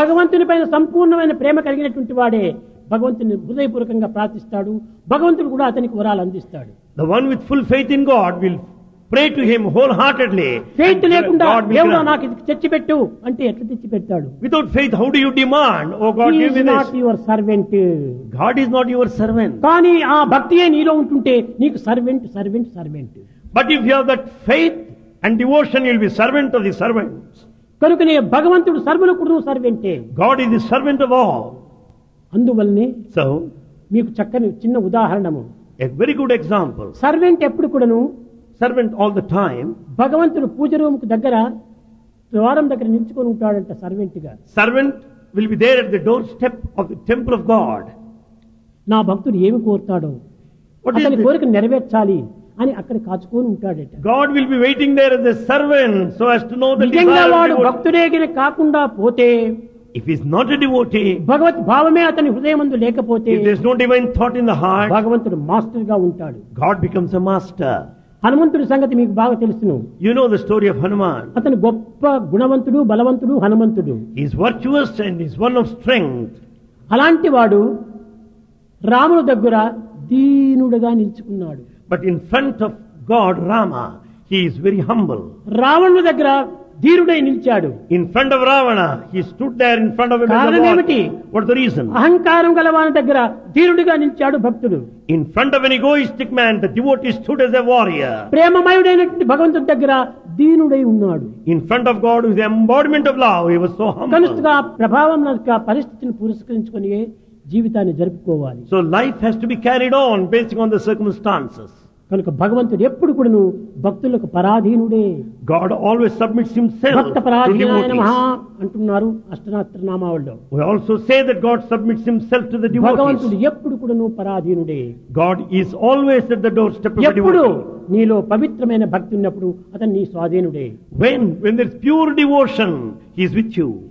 భగవంతుని పైన సంపూర్ణమైన ప్రేమ కలిగినటువంటి వాడే భగవంతుని హృదయపూర్వకంగా ప్రార్థిస్తాడు భగవంతుడు కూడా అతనికి వరాలు అందిస్తాడు The one with full faith in God will pray to Him wholeheartedly. Faith And లేకుండా God will దేవుడా grant. నాకు ఇది తెచ్చిపెట్టు అంటే ఎట్లా తెచ్చిపెడతాడు Without faith, how do you demand? Oh God, He give is me not this. your servant. God is not your servant. కానీ ఆ భక్తియే నీలో ఉంటుంటే నీకు servant servant servant But if you have that faith and devotion, you'll be servant of the servants. కనుకనే భగవంతుడు సర్వనకుడు సర్వెంటే God is the servant of all. అందువల్లనే So, మీకు చక్కని చిన్న ఉదాహరణము a very good example. Servant ఎప్పుడు కూడాను Servant all the time. భగవంతుడు పూజ రూముకు దగ్గర ద్వారం దగ్గర నిల్చుకొని ఉంటాడంట సర్వెంట్గా Servant will be there at the doorstep of the temple of God. నా భక్తుడు ఏమి కోరుతాడో What is అతని this? కోరిక నెరవేర్చాలి అని అక్కడ కాచుకొని ఉంటాడట God will be waiting there as a servant so as to know the నిజంగా desire of వాడు the devotee. భక్తుడే గిన కాకుండా పోతే If he's not a devotee, భగవత్ భావమే అతని హృదయమందు లేకపోతే if there's no divine thought in the heart, భగవంతుడు మాస్టర్ గా ఉంటాడు God becomes a master. హనుమంతుడి సంగతి మీకు బాగా తెలుసును You know the story of Hanuman. అతను గొప్ప గుణవంతుడు బలవంతుడు హనుమంతుడు He's virtuous and he's one of strength. అలాంటి వాడు రాముడు దగ్గర దీనుడుగా నిల్చుకున్నాడు But in front of God, Rama, he is very humble. రావణుడి దగ్గర ధీరుడై నిలిచాడు In front of Ravana, he stood there in front of him. as a Karanam god. emiti? What's the reason? అహంకారం గల వాని దగ్గర ధీరుడిగా నిలిచాడు భక్తుడు In front of an egoistic man, the devotee stood as a warrior. ప్రేమమయుడైనటువంటి భగవంతుడి దగ్గర దీనుడై ఉన్నాడు In front of God, who is the embodiment of love, he was so humble. కనుక ప్రభావం యొక్క పరిస్థితిని పురస్కరించుకొని జీవితాన్ని జరుపుకోవాలి So life has to be carried on based on the circumstances. కనుక భగవంతుడు ఎప్పుడు కూడాను భక్తులకు పరాధీనుడే God always submits himself Bhakta to పరాధీనాయ నమః devotees. అంటున్నారు అష్టనాత్ర నామావళిలో We also say that God submits himself to the భగవంతుడు devotees. ఎప్పుడు కూడాను పరాధీనుడే God is always at the doorstep of the ఎప్పుడు devotee. నీలో పవిత్రమైన భక్తి ఉన్నప్పుడు అతను నీ స్వాధీనుడే When, when there's pure devotion, he is with you.